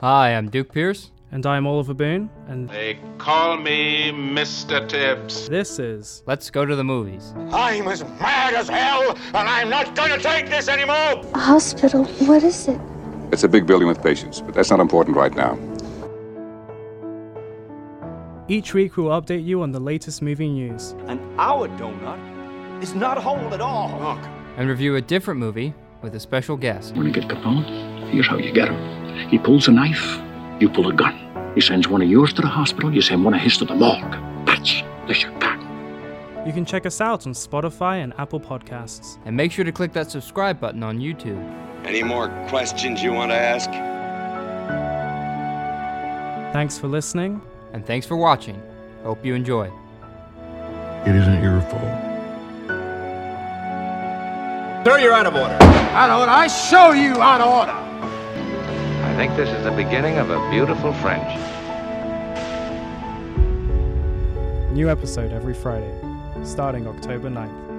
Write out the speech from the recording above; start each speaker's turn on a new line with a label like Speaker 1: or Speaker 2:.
Speaker 1: Hi, I'm Duke Pierce.
Speaker 2: And I'm Oliver Boone, and
Speaker 3: They call me Mr. Tibbs.
Speaker 2: this is
Speaker 1: Let's go to the movies.
Speaker 4: I'm as mad as hell, and I'm not gonna take this anymore!
Speaker 5: A hospital. What is it?
Speaker 6: It's a big building with patients, but that's not important right now.
Speaker 2: each week we'll update you on the latest movie news.
Speaker 7: And our donut is not whole at all.
Speaker 1: And review a different movie with a special guest.
Speaker 8: Want to get Capone? Here's how you get him. He pulls a knife, you pull a gun. He sends one of yours to the hospital, you send one of his to the morgue. That's the shit pack.
Speaker 2: You can check us out on Spotify and Apple Podcasts.
Speaker 1: And make sure to click that subscribe button on YouTube.
Speaker 9: Any more questions you want to ask?
Speaker 2: Thanks for listening.
Speaker 1: And thanks for watching. Hope you enjoy.
Speaker 10: It isn't your fault.
Speaker 7: Sir, you're out of order.
Speaker 3: I think this is the beginning of a beautiful French.
Speaker 2: New episode every Friday, starting October 9th.